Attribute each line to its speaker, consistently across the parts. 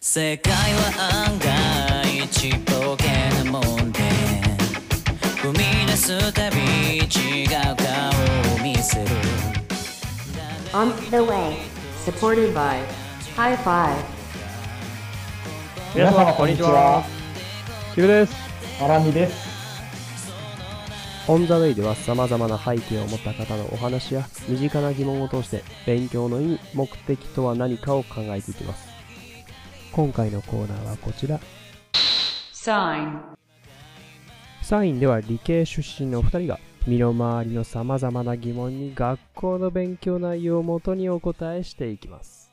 Speaker 1: 世界は案外ちっぽけなもんで踏み出すたび違う顔を見せる
Speaker 2: On the way, supported by High Five.
Speaker 3: 皆様こんにちは。
Speaker 4: キムです。
Speaker 3: アラミです。
Speaker 5: オン・ザ・ウェイでは様々な背景を持った方のお話や身近な疑問を通して勉強の意味、目的とは何かを考えていきます。今回のコーナーはこちら。
Speaker 2: Sign.
Speaker 5: サインでは理系出身のお二人が身の回りの様々な疑問に学校の勉強内容をもとにお答えしていきます。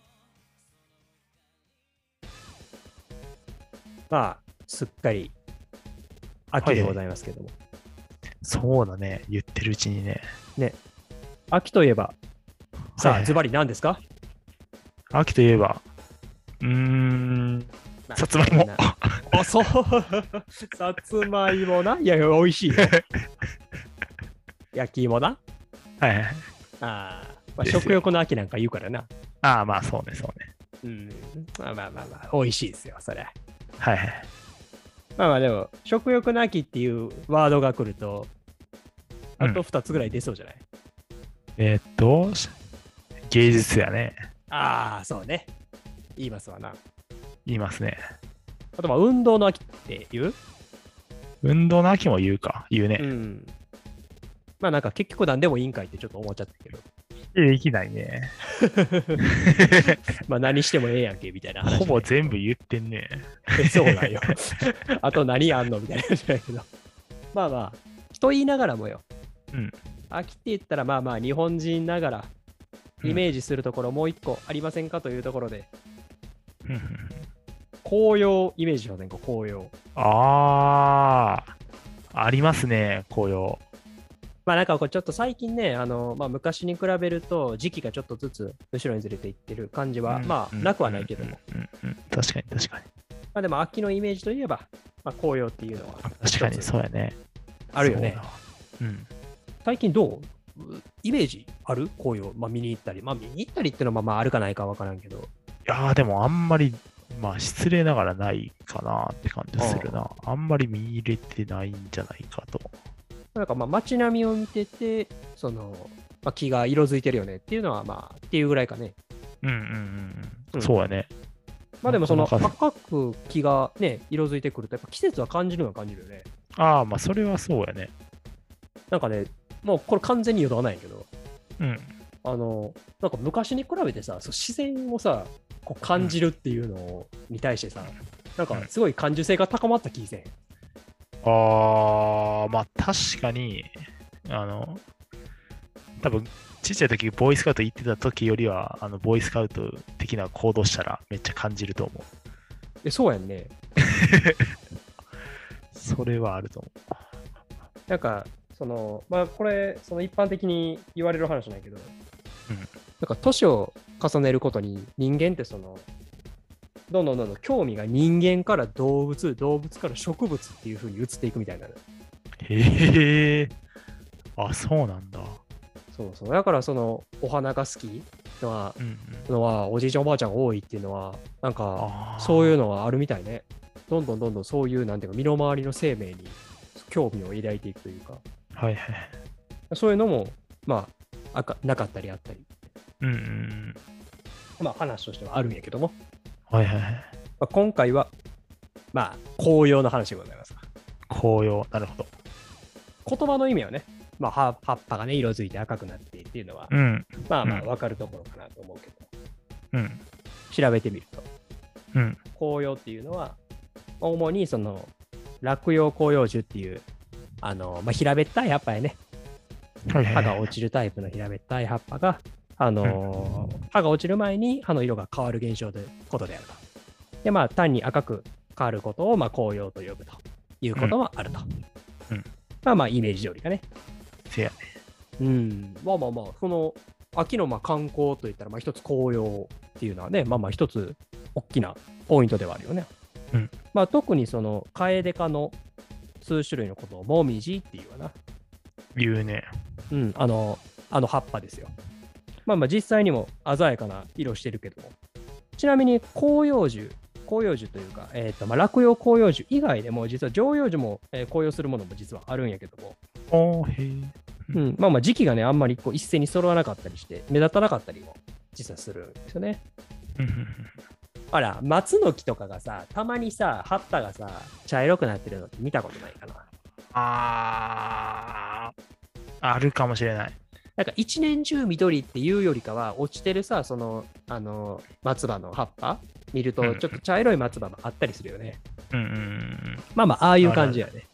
Speaker 5: まあ、すっかり秋でございますけども。
Speaker 4: そうだね。言ってるうちにね。
Speaker 5: 秋といえば、さ
Speaker 4: はい
Speaker 5: あ、ズバリ何ですか
Speaker 4: 秋といえば、うーん、さつまい
Speaker 5: みん
Speaker 4: も
Speaker 5: な。あ、そう。 さつまいもな。いや、いや美味しいよ。 焼き芋な。
Speaker 4: はいは
Speaker 5: あ
Speaker 4: い。
Speaker 5: ー、まあ、
Speaker 4: ですよ
Speaker 5: 食欲の秋なんか言うからな。
Speaker 4: ああ、まあそうね、そうね。
Speaker 5: うん。まあまあまあまあ、美味しいですよ、それ。
Speaker 4: はいはい。
Speaker 5: まあまあ、でも、食欲の秋っていうワードが来ると、あと
Speaker 4: うん
Speaker 5: 2つぐらい出そうじゃない、
Speaker 4: えーっと、し芸術やね。
Speaker 5: ああ、そうね。言いますわな。
Speaker 4: 言いますね。
Speaker 5: あと、まあ、運動の秋って言う
Speaker 4: 運動の秋も言うか。言う
Speaker 5: う
Speaker 4: ね。
Speaker 5: ん。まあなんか結局何でもいいんかいってちょっと思っちゃったけど、
Speaker 4: できないね。
Speaker 5: まあ何してもええやんけみたいな話。
Speaker 4: ほぼ全部言ってんね。
Speaker 5: そうなんよ。 あと何やんのみたいなじゃないけど。 まあまあ、人言いながらもよ。
Speaker 4: うん。
Speaker 5: 秋って言ったらまあまあ日本人ながらイメージするところもう一個ありませんかというところで、
Speaker 4: うんうんうん
Speaker 5: 紅葉イメージしませんか紅葉。
Speaker 4: ああ、ありますね、紅葉。
Speaker 5: まあなんかこうちょっと最近ね、あのまあ、昔に比べると時期がちょっとずつ後ろにずれていってる感じは、
Speaker 4: うん
Speaker 5: まあ
Speaker 4: うん
Speaker 5: なくはないけども、
Speaker 4: うんうんうん確かに確か
Speaker 5: ま
Speaker 4: に。
Speaker 5: あでも秋のイメージといえば、まあ、紅葉っていうのは
Speaker 4: 確かにそうやね。
Speaker 5: あるよね
Speaker 4: そう。だわ。うん。
Speaker 5: 最近どううイメージある紅葉、まあ、見に行ったり、まあ、見に行ったりってのはまあまああるかないかわからんけど、
Speaker 4: いやーでもあんまり、まあ失礼ながらないかなって感じするな。あんまり見入れてないんじゃないかと。
Speaker 5: なんかまあ街並みを見てて、その、まあ、木が色づいてるよねっていうのはまあっていうぐらいかね。
Speaker 4: うんうんうん
Speaker 5: う
Speaker 4: うんん。そうやね。
Speaker 5: まあでもその
Speaker 4: なかな
Speaker 5: 高く木がね、色づいてくると、やっぱ季節は感じるのは感じるよね。
Speaker 4: ああ、まあそれはそうやね。
Speaker 5: なんかね、もうこれ完全に余談ないけど、
Speaker 4: うん。
Speaker 5: あの、なんか昔に比べてさ、そう自然をさ、こう感じるっていうのに対してさ、なんかすごい感受性が高まった気せん。
Speaker 4: ああ、まあ確かに、あの、多分ちっちゃい時ボーイスカウト行ってた時よりは、あのボーイスカウト的な行動したらめっちゃ感じると思う。
Speaker 5: え、そうやんね。
Speaker 4: それはあると思う。
Speaker 5: なんか、その、まあ、これ、その一般的に言われる話じゃないけど、なんか、年を重ねることに、人間ってその、どんどんどんどん興味が人間から動物、動物から植物っていう風に移っていくみたいなの。
Speaker 4: へえ。あ、そうなんだ。
Speaker 5: そうそう。だから、その、お花が好きのは、
Speaker 4: うんうん。
Speaker 5: のはおじいちゃん、おばあちゃんが多いっていうのは、なんか、
Speaker 4: ああ。。
Speaker 5: そういううのはあるみたいね。どんどんどんどんそういう、なんていうか、身の回りの生命に興味を抱いていくというか、
Speaker 4: はいはい。
Speaker 5: そういうのも、まあ、あかなかったりあったり。
Speaker 4: うんうんうん。
Speaker 5: まあ、話としてはあるんやけども、
Speaker 4: はいはいはい。
Speaker 5: まあ、今回は、まあ、紅葉の話でございます。
Speaker 4: 紅葉、なるほど。
Speaker 5: 言葉の意味はね、まあ、葉葉っぱがね、色づいて赤くなってっていうのは、
Speaker 4: うん。
Speaker 5: まあまあ、
Speaker 4: うん
Speaker 5: わかるところかなと思うけど、
Speaker 4: うん。
Speaker 5: 調べてみると、
Speaker 4: うん。
Speaker 5: 紅葉っていうのは、まあ主にその、落葉紅葉樹っていう、あの、まあ、平べったい葉っぱやね、
Speaker 4: はい
Speaker 5: 葉
Speaker 4: はい
Speaker 5: が
Speaker 4: はい。
Speaker 5: 落ちるタイプの平べったい葉っぱが、あのー葉が落ちる前に葉の色が変わる現象ということであると。で、まあ、単に赤く変わることを、まあ、紅葉と呼ぶということもあると。
Speaker 4: うんうん
Speaker 5: まあまあ、イメージ通りかね。
Speaker 4: せや
Speaker 5: うん。まあまあまあ、その、秋のまあ観光といったら、まあ、一つ紅葉っていうのはね、まあまあ、一つ大きなポイントではあるよね。
Speaker 4: うん
Speaker 5: まあ、特にその、カエデ科の数種類のことを、モミジっていうわな。
Speaker 4: 言うね。
Speaker 5: うん、あの、あの葉っぱですよ。まあまあ実際にも鮮やかな色してるけども。ちなみに広葉樹紅葉樹というか、えーとまあ、落葉紅葉樹以外でも、実は常葉樹も、えー紅葉するものも実はあるんやけども、
Speaker 4: おーへー
Speaker 5: うん、まあまあ時期がね、あんまりこう一斉に揃わなかったりして、目立たなかったりも実はするんですよね。
Speaker 4: うんうん
Speaker 5: あら、松の木とかがさ、たまにさ、葉っぱがさ、茶色くなってるのって見たことないかな。
Speaker 4: あーあるかもしれない。
Speaker 5: なんか一年中緑っていうよりかは、落ちてるさ、その、あの、松葉の葉っぱ見ると、
Speaker 4: うん
Speaker 5: ちょっと茶色い松葉もあったりするよね。
Speaker 4: うんうんうん
Speaker 5: まあまあ、ああいう感じやね。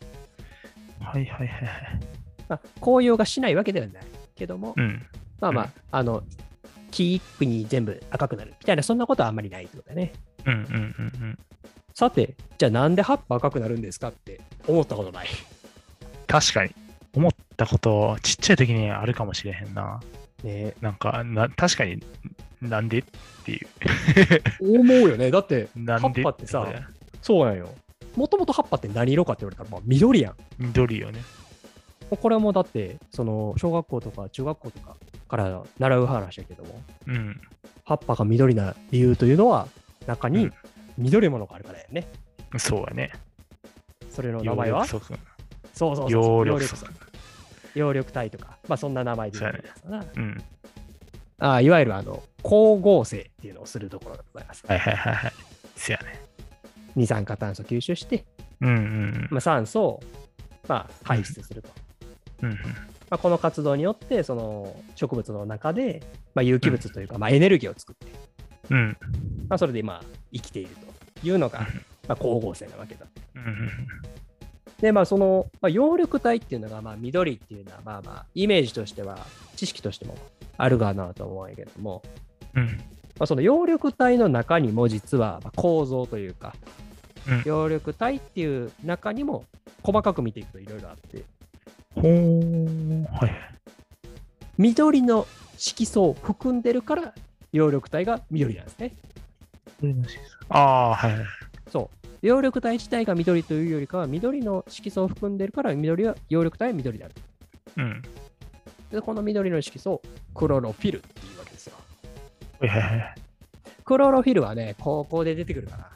Speaker 4: うん。はいはいはいはい。
Speaker 5: まあ、紅葉がしないわけではないけども、
Speaker 4: うん。
Speaker 5: まあま
Speaker 4: う
Speaker 5: あ
Speaker 4: ん、
Speaker 5: あの、木一句に全部赤くなるみたいな、そんなことはあんまりないってことだね。
Speaker 4: うんうんうんうん。
Speaker 5: さて、じゃあなんで葉っぱ赤くなるんですかって思ったことない。
Speaker 4: 確かに。思ったこと、ちっちゃい時にあるかもしれへんな。
Speaker 5: ね、
Speaker 4: なんか、な確かに、なんでっていう。
Speaker 5: 思うよね。だって、
Speaker 4: なんで
Speaker 5: 葉っぱってさ
Speaker 4: これ
Speaker 5: そうなんよ。もともと葉っぱって何色かって言われたら、まあ、緑やん。
Speaker 4: 緑よね。
Speaker 5: これはもうだって、その、小学校とか中学校とかから習う話だけども、
Speaker 4: うん。
Speaker 5: 葉っぱが緑な理由というのは、中
Speaker 4: う
Speaker 5: に
Speaker 4: ん
Speaker 5: 緑いものがあるからやね。
Speaker 4: そうやね。
Speaker 5: それの名前は
Speaker 4: 葉緑素君
Speaker 5: そうそうそうそう。
Speaker 4: 葉緑素
Speaker 5: 葉緑
Speaker 4: 君
Speaker 5: 葉緑体とか、まあそんな名前で言われるやつかな。
Speaker 4: うん。
Speaker 5: ああいわゆるあの、光合成っていうのをするところでございます。
Speaker 4: はいはいはいはい。そやね。
Speaker 5: 二酸化炭素吸収して、
Speaker 4: うんうん
Speaker 5: まあ、酸素を、まあ、排出すると。
Speaker 4: うん。うん
Speaker 5: まあ、この活動によって、その植物の中で、まあ、有機物というか、まあ、エネルギーを作って、
Speaker 4: うん。うん
Speaker 5: まあ、それで今生きているというのが、まあ、光合成なわけだ。
Speaker 4: うんうん。
Speaker 5: で、まあ、その、まあ、葉緑体っていうのが、まあ、緑っていうのは、まあまあ、イメージとしては、知識としてもあるかなと思うんやけども、
Speaker 4: うん
Speaker 5: まあ、その葉緑体の中にも実はまあ構造というか、
Speaker 4: うん
Speaker 5: 葉緑体っていう中にも細かく見ていくといろいろあって、
Speaker 4: ほー。はいはい。
Speaker 5: 緑の色素を含んでるから葉緑体が緑なんですね。
Speaker 4: ああ、はいはい。
Speaker 5: そう。葉緑体自体が緑というよりかは緑の色素を含んでるから緑は葉緑体は緑である。
Speaker 4: うん。
Speaker 5: でこの緑の色素をクロロフィルっていうわけですよ。
Speaker 4: はいはいはい。
Speaker 5: クロロフィルはね、高校で出てくるか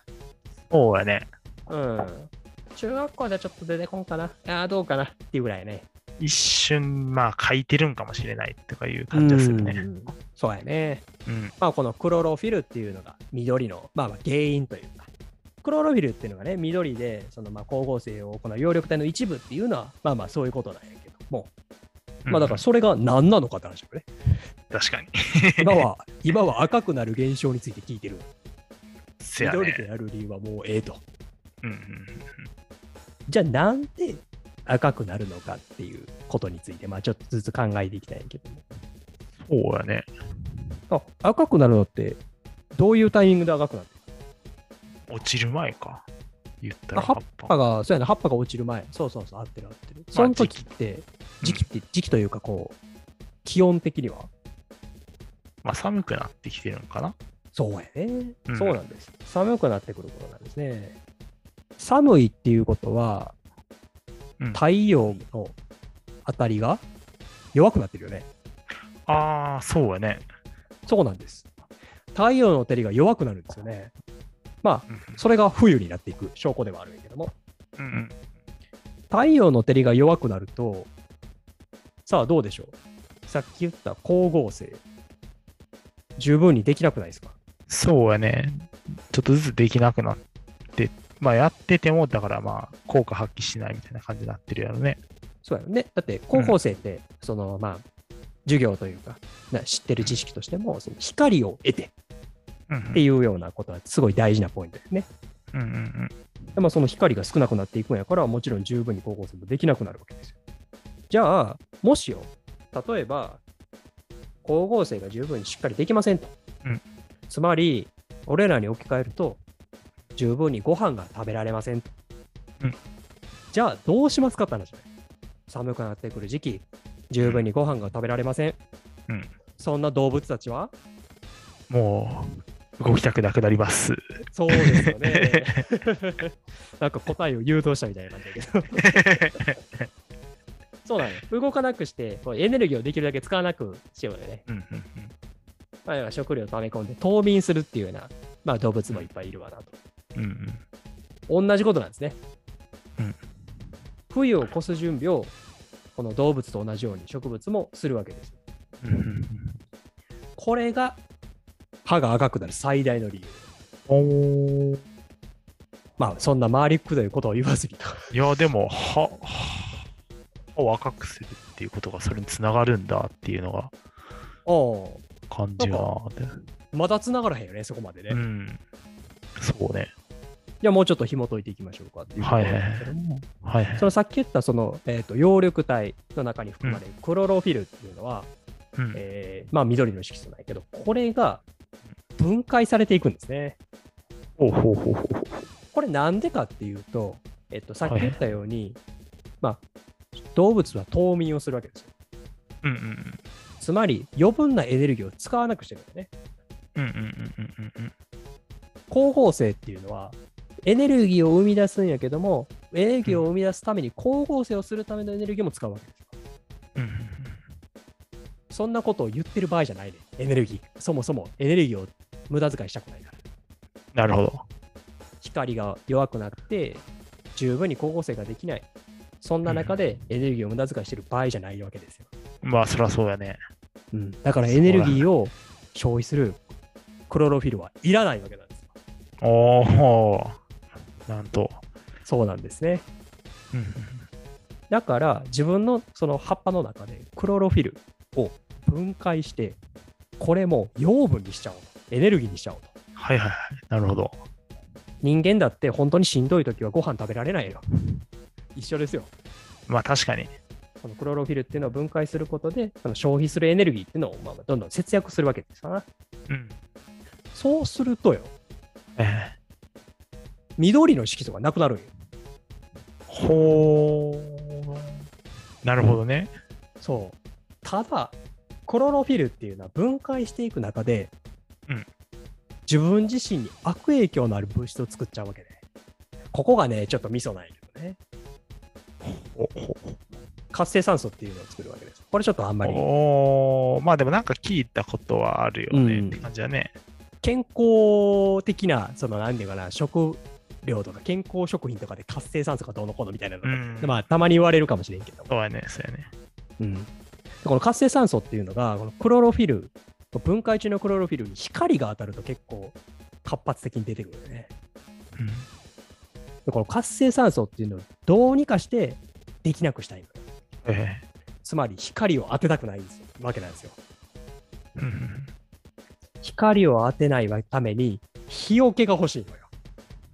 Speaker 4: そうやね。
Speaker 5: な。うん。中学校ではちょっと出てこんかな。ああ、どうかなっていうぐらいね。
Speaker 4: 一瞬、まあ、書いてるんかもしれないとかいう感じがするね。
Speaker 5: うん。そうやね。
Speaker 4: うん。
Speaker 5: まあ、このクロロフィルっていうのが緑の、まあ、まあ原因というか、クロロフィルっていうのがね、緑で、そのまあ光合成を行う葉緑体の一部っていうのは、まあまあそういうことなんやけども、まあだからそれが何なのかって話だよね。
Speaker 4: ら、確かに。
Speaker 5: 今は、今は赤くなる現象について聞いてる。
Speaker 4: そや
Speaker 5: 緑
Speaker 4: ね。
Speaker 5: である理由はもうええと。
Speaker 4: うんうん。
Speaker 5: じゃあなんで赤くなるのかっていうことについて、まあちょっとずつ考えていきたいんやけど
Speaker 4: そうやね。
Speaker 5: も。あ、赤くなるのって、どういうタイミングで赤くなって
Speaker 4: 落ちる前か。言ったら
Speaker 5: あ葉
Speaker 4: 葉
Speaker 5: っ
Speaker 4: っ
Speaker 5: 葉っぱ
Speaker 4: ぱ。
Speaker 5: が、そうやな、葉っぱが落ちる前。そうそうそう、合ってる合ってる。その時って、時
Speaker 4: 時
Speaker 5: 期って、時期というか、こう、気温的には。
Speaker 4: まあ、寒くなってきてるのかな。
Speaker 5: そうやね、
Speaker 4: うん
Speaker 5: そうなんです。寒くなってくる頃なんですね。寒いっていうことは、
Speaker 4: うん
Speaker 5: 太陽の当たりが弱くなってるよね。
Speaker 4: ああ、そうやね。
Speaker 5: そうなんです。太陽の当たりが弱くなるんですよね。まあ、
Speaker 4: うん
Speaker 5: それが冬になっていく証拠ではあるんやけども。
Speaker 4: うんうん。
Speaker 5: 太陽の照りが弱くなると、さあどうでしょうさっき言った光合成、十分にできなくないですか
Speaker 4: そうやね。ちょっとずつできなくなって、まあやってても、だからまあ効果発揮しないみたいな感じになってるやろね。
Speaker 5: そうやろね。だって高校生って、そのまあ、授業というか、な知ってる知識としても、その光を得てっ
Speaker 4: うん
Speaker 5: ていうようなことはすごい大事なポイントですね。
Speaker 4: うんうんうん
Speaker 5: でまあ、その光が少なくなっていくんやから、もちろん十分に高校生もできなくなるわけですよ。じゃあ、もしよ、例えば、光合成が十分にしっかりできませんと。
Speaker 4: うん
Speaker 5: つまり、俺らに置き換えると、十分にご飯が食べられませんと。
Speaker 4: うん
Speaker 5: じゃあ、どうしますかって話だよ寒くなってくる時期、十分にご飯が食べられません。
Speaker 4: うん
Speaker 5: そんな動物たちは
Speaker 4: もう動きたくなくなります。
Speaker 5: そうですよね。 なんか答えを誘導したみたいな感じだけ ど。そうなのよ動かなくして、こうエネルギーをできるだけ使わなくしようよね。
Speaker 4: うんうん
Speaker 5: まあ要は食料を溜め込んで、冬眠するっていうような、まあ、動物もいっぱいいるわなと。
Speaker 4: ううんうん。
Speaker 5: 同じことなんですね。
Speaker 4: うん
Speaker 5: 冬を越す準備をこの動物と同じように植物もするわけです。
Speaker 4: うんうんうん
Speaker 5: これが歯が赤くなる最大の理由。
Speaker 4: おー
Speaker 5: まあそんな回りくどいことを言わずにと。
Speaker 4: いや、でも、は、歯を赤くするっていうことがそれにつながるんだっていうのが
Speaker 5: おう
Speaker 4: 感じがあって。
Speaker 5: まだ繋がらへんよね、そこまでね。
Speaker 4: う
Speaker 5: じ
Speaker 4: ん。そうね。
Speaker 5: ゃあもうちょっと紐解いていきましょうかっていうことなんですけども、
Speaker 4: はいはい
Speaker 5: そ。のさっき言ったその、えー、と葉緑体の中に含まれるクロロフィルっていうのは、
Speaker 4: うん
Speaker 5: えーまあ緑の色素ないけど、これが分解されていくんですね。
Speaker 4: ほうほうほうほう。
Speaker 5: これなんでかっていうと、えっと、さっき言ったように、まあ、動物は冬眠をするわけですよ。
Speaker 4: うんうん
Speaker 5: つまり、余分なエネルギーを使わなくしてるんだよね。
Speaker 4: うん。うんうんうんうんうん
Speaker 5: 光合成っていうのは、エネルギーを生み出すんやけども、エネルギーを生み出すために光合成をするためのエネルギーも使うわけですよ。
Speaker 4: うん。うんうん
Speaker 5: そんなことを言ってる場合じゃないね。エネルギー。そもそもエネルギーを無駄遣いしたくないから。
Speaker 4: なるほど。
Speaker 5: 光が弱くなって、十分に光合成ができない。そんな中でエネルギーを無駄遣いしてる場合じゃないわけですよ。
Speaker 4: まあ、そりゃそうやね。
Speaker 5: うん、だからエネルギーを消費するクロロフィルはいらないわけなんですよ。
Speaker 4: おお。なんと。
Speaker 5: そうなんですね。
Speaker 4: うん
Speaker 5: だから自分のその葉っぱの中でクロロフィルを分解して、これも養分にしちゃおうと。エネルギーにしちゃおうと。
Speaker 4: はいはいはい。なるほど。
Speaker 5: 人間だって本当にしんどい時はご飯食べられないよ。一緒ですよ。
Speaker 4: まあ、確かに。
Speaker 5: このクロロフィルっていうのを分解することで、その消費するエネルギーっていうのをまあどんどん節約するわけですから。
Speaker 4: うん。
Speaker 5: そうするとよ、
Speaker 4: ええ
Speaker 5: 緑の色素がなくなるんよ。
Speaker 4: ほう。なるほどね。
Speaker 5: そう。ただ、クロロフィルっていうのは分解していく中で、
Speaker 4: うん
Speaker 5: 自分自身に悪影響のある物質を作っちゃうわけで、ここがね、ちょっとミソなんやけどね。
Speaker 4: ほうほ
Speaker 5: 活性酸素っていうのを作るわけです。これちょっとあんま
Speaker 4: う
Speaker 5: り
Speaker 4: おーまあ、でもなんか聞いたことはあるよね、
Speaker 5: うん
Speaker 4: って感じだね。
Speaker 5: 健康的な、そのなんていうかな、食料とか健康食品とかで活性酸素がどうのこうのみたいなのが、
Speaker 4: うん
Speaker 5: まあたまに言われるかもしれんけども、
Speaker 4: そうやね、そうやね。
Speaker 5: でこの活性酸素っていうのが、このクロロフィル、分解中のクロロフィルに光が当たると結構活発的に出てくるよね。
Speaker 4: うん
Speaker 5: でこの活性酸素っていうのをどうにかしてできなくしたいのよ
Speaker 4: え
Speaker 5: つまり光を当てたくないんですよわけなんですよ。
Speaker 4: えうん
Speaker 5: 光を当てないために日よけが欲しいのよ。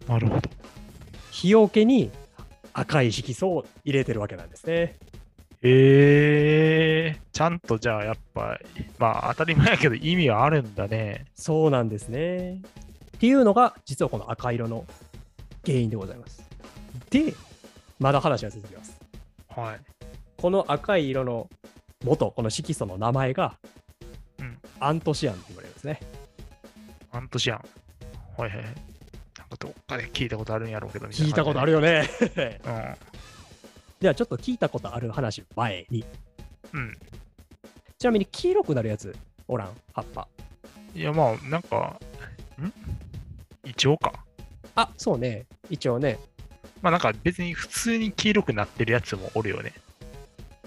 Speaker 4: なるほど。
Speaker 5: 日よけに赤い色素を入れてるわけなんですね。
Speaker 4: ええちゃんとじゃあやっぱ、まあ当たり前やけど意味はあるんだね。
Speaker 5: そうなんですね。っていうのが実はこの赤色の原因でございます。で、まだ話が続きます。
Speaker 4: はい。
Speaker 5: この赤い色の元、この色素の名前が、
Speaker 4: うん
Speaker 5: アントシアンって言われるんですね。
Speaker 4: アントシアン。はいはいはい。なんかどっかで聞いたことあるんやろうけどみたい
Speaker 5: 聞
Speaker 4: ない
Speaker 5: たことあ
Speaker 4: る。
Speaker 5: るよね。
Speaker 4: う
Speaker 5: ではちょっと聞いたことある話の前に。
Speaker 4: ん。うん。
Speaker 5: ちなみに黄色くなるやつ、おらん、葉っぱ。
Speaker 4: いやまあなんか、ん一応か。
Speaker 5: あ、そうね。一応ね。
Speaker 4: まあなんか別に普通に黄色くなってるやつもおるよね。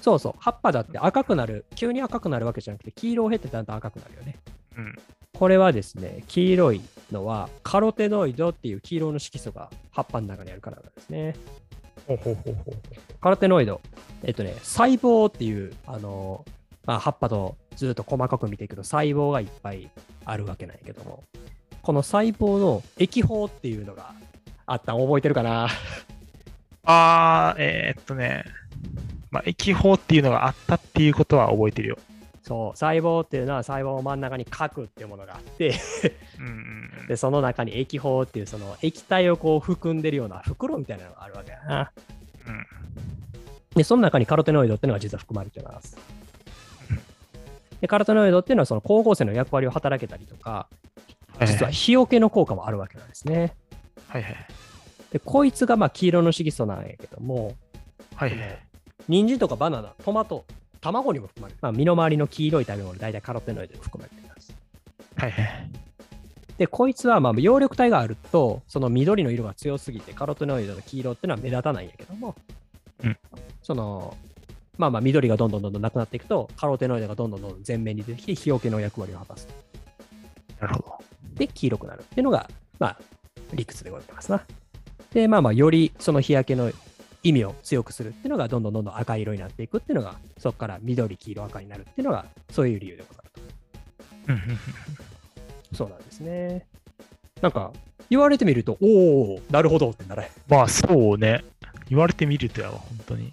Speaker 5: そうそう。葉っぱだって赤くなる。急に赤くなるわけじゃなくて、黄色を経てだんだん赤くなるよね。
Speaker 4: うん。
Speaker 5: これはですね、黄色いのはカロテノイドっていう黄色の色素が葉っぱの中にあるからなんですね。
Speaker 4: ほうほうほうほう。
Speaker 5: カロテノイド。えっとね、細胞っていう、あのーまあ、葉っぱとずっと細かく見ていくと細胞がいっぱいあるわけなんやけども、この細胞の液胞っていうのがあったん覚えてるかな
Speaker 4: あー、えーっとね。まあ液法っていうのがあったっていうことは覚えてるよ。
Speaker 5: そう、細胞っていうのは細胞の真ん中に核っていうものがあって、
Speaker 4: うんうんうん。
Speaker 5: で、その中に液胞っていうその液体をこう含んでるような袋みたいなのがあるわけだな。
Speaker 4: うん
Speaker 5: で、その中にカロテノイドっていうのが実は含まれてます。で、カロテノイドっていうのはその光合成の役割を働けたりとか、実は日よけの効果もあるわけなんですね。
Speaker 4: はいはい。
Speaker 5: で、こいつがまあ黄色の色素なんやけども、
Speaker 4: はいはい。
Speaker 5: 人参とかバナナ、トマト、卵にも含まれる。まあ、身の回りの黄色い食べ物、大体カロテノイドに含まれています。
Speaker 4: はいはい。
Speaker 5: で、こいつはまあ葉緑体があると、その緑の色が強すぎて、カロテノイドの黄色ってのは目立たないんやけども、
Speaker 4: うん
Speaker 5: その、まあまあ緑がどんどんどんどんなくなっていくと、カロテノイドがどんどんどんどん前面に出てきて、日よけの役割を果たすと。
Speaker 4: なるほど。
Speaker 5: で、黄色くなるっていうのが、まあ、理屈でございますな。で、まあまあ、よりその日焼けの意味を強くするっていうのが、どんどんどんどん赤色になっていくっていうのが、そこから緑、黄色、赤になるっていうのが、そういう理由でござると。
Speaker 4: うんうんうん
Speaker 5: そうなんですね。なんか、言われてみると、おお、なるほどってならへん。
Speaker 4: まあそうね。言われてみるとやわ、本当に。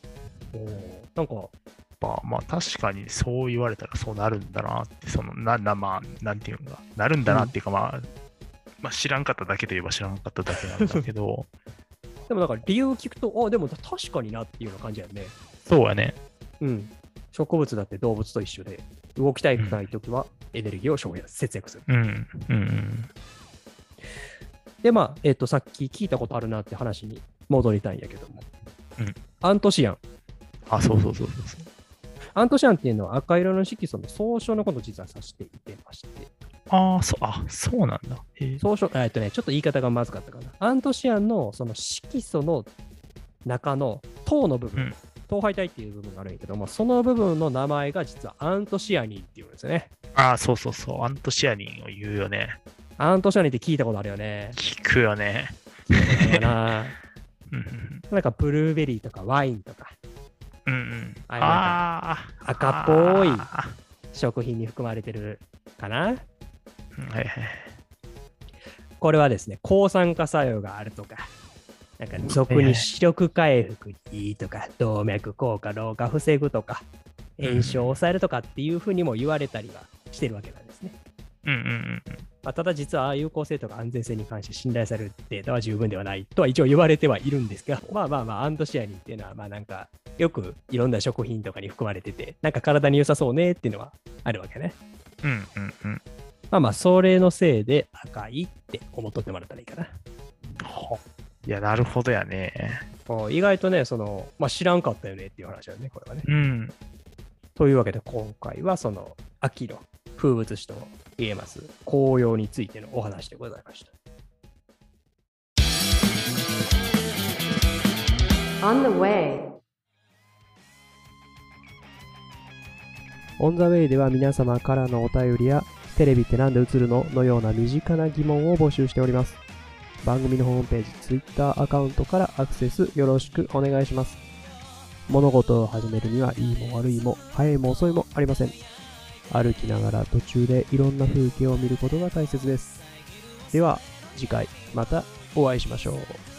Speaker 5: なんか、
Speaker 4: まあまあ確かにそう言われたらそうなるんだなって、そのな、な、まあ、なんていうんだ、なるんだなっていうか、まあ、まあ知らんかっただけといえば知らんかっただけなんだけ ど、
Speaker 5: でもなんか理由を聞くと、あでも確かになっていうような感じやね。
Speaker 4: そうやね。
Speaker 5: うん。植物だって動物と一緒で、動きたくないときはエネルギーを消費節約する。
Speaker 4: うん、うん、うん。
Speaker 5: で、まあ、えっ、と、さっき聞いたことあるなって話に戻りたいんやけども。
Speaker 4: うん
Speaker 5: アントシアン。
Speaker 4: あ、そうそうそうそうそう。
Speaker 5: アントシアンっていうのは赤色の色素の総称のことを実は指していてまして、
Speaker 4: ああ、そう、あ、そうなんだ。へえ
Speaker 5: 総称、あえっとね、ちょっと言い方がまずかったかな。アントシアンのその色素の中の糖の部分、
Speaker 4: うん
Speaker 5: 糖配体っていう部分があるんやけども、その部分の名前が実はアントシアニンっていうんですよね。
Speaker 4: ああ、そうそうそう。アントシアニンを言うよね。。
Speaker 5: アントシアニンって聞いたことあるよね
Speaker 4: 聞くよね。
Speaker 5: 聞いたことあるかな
Speaker 4: うんうん
Speaker 5: なんかブルーベリーとかワインとか
Speaker 4: うん、うんうん。
Speaker 5: あ
Speaker 4: ああ、
Speaker 5: 赤っぽい
Speaker 4: あ
Speaker 5: 食品に含まれてるかな
Speaker 4: ーはいはい。
Speaker 5: これはですね、抗酸化作用があるとか、なんか俗に視力回復にいいとか、動脈硬化、老化防ぐとか、炎症を抑えるとかっていうふうにも言われたりはしてるわけなんですね。
Speaker 4: うんうんうん。
Speaker 5: まあ、ただ実は有効性とか安全性に関して信頼されるデータは十分ではないとは一応言われてはいるんですが、まあまあまあ、アントシアニンっていうのは、まあなんか、よくいろんな食品とかに含まれてて、なんか体に良さそうねっていうのはあるわけね。
Speaker 4: うんうんうん。
Speaker 5: まあまあ、それのせいで赤いって思っとってもらったらいいかな。
Speaker 4: ほいや、なるほどやね。
Speaker 5: あ意外とね、その、まあ、知らんかったよねっていう話だよね、これはね。
Speaker 4: うん。
Speaker 5: というわけで、今回はその、秋の風物詩と言えます、紅葉についてのお話でございました。
Speaker 2: On the way.
Speaker 5: オン・ザ・ウェイでは皆様からのお便りや、テレビってなんで映るののような身近な疑問を募集しております。番組のホームページ、Twitter アカウントからアクセスよろしくお願いします。物事を始めるには、いいも悪いも、早いも遅いもありません。歩きながら途中でいろんな風景を見ることが大切です。では、次回またお会いしましょう。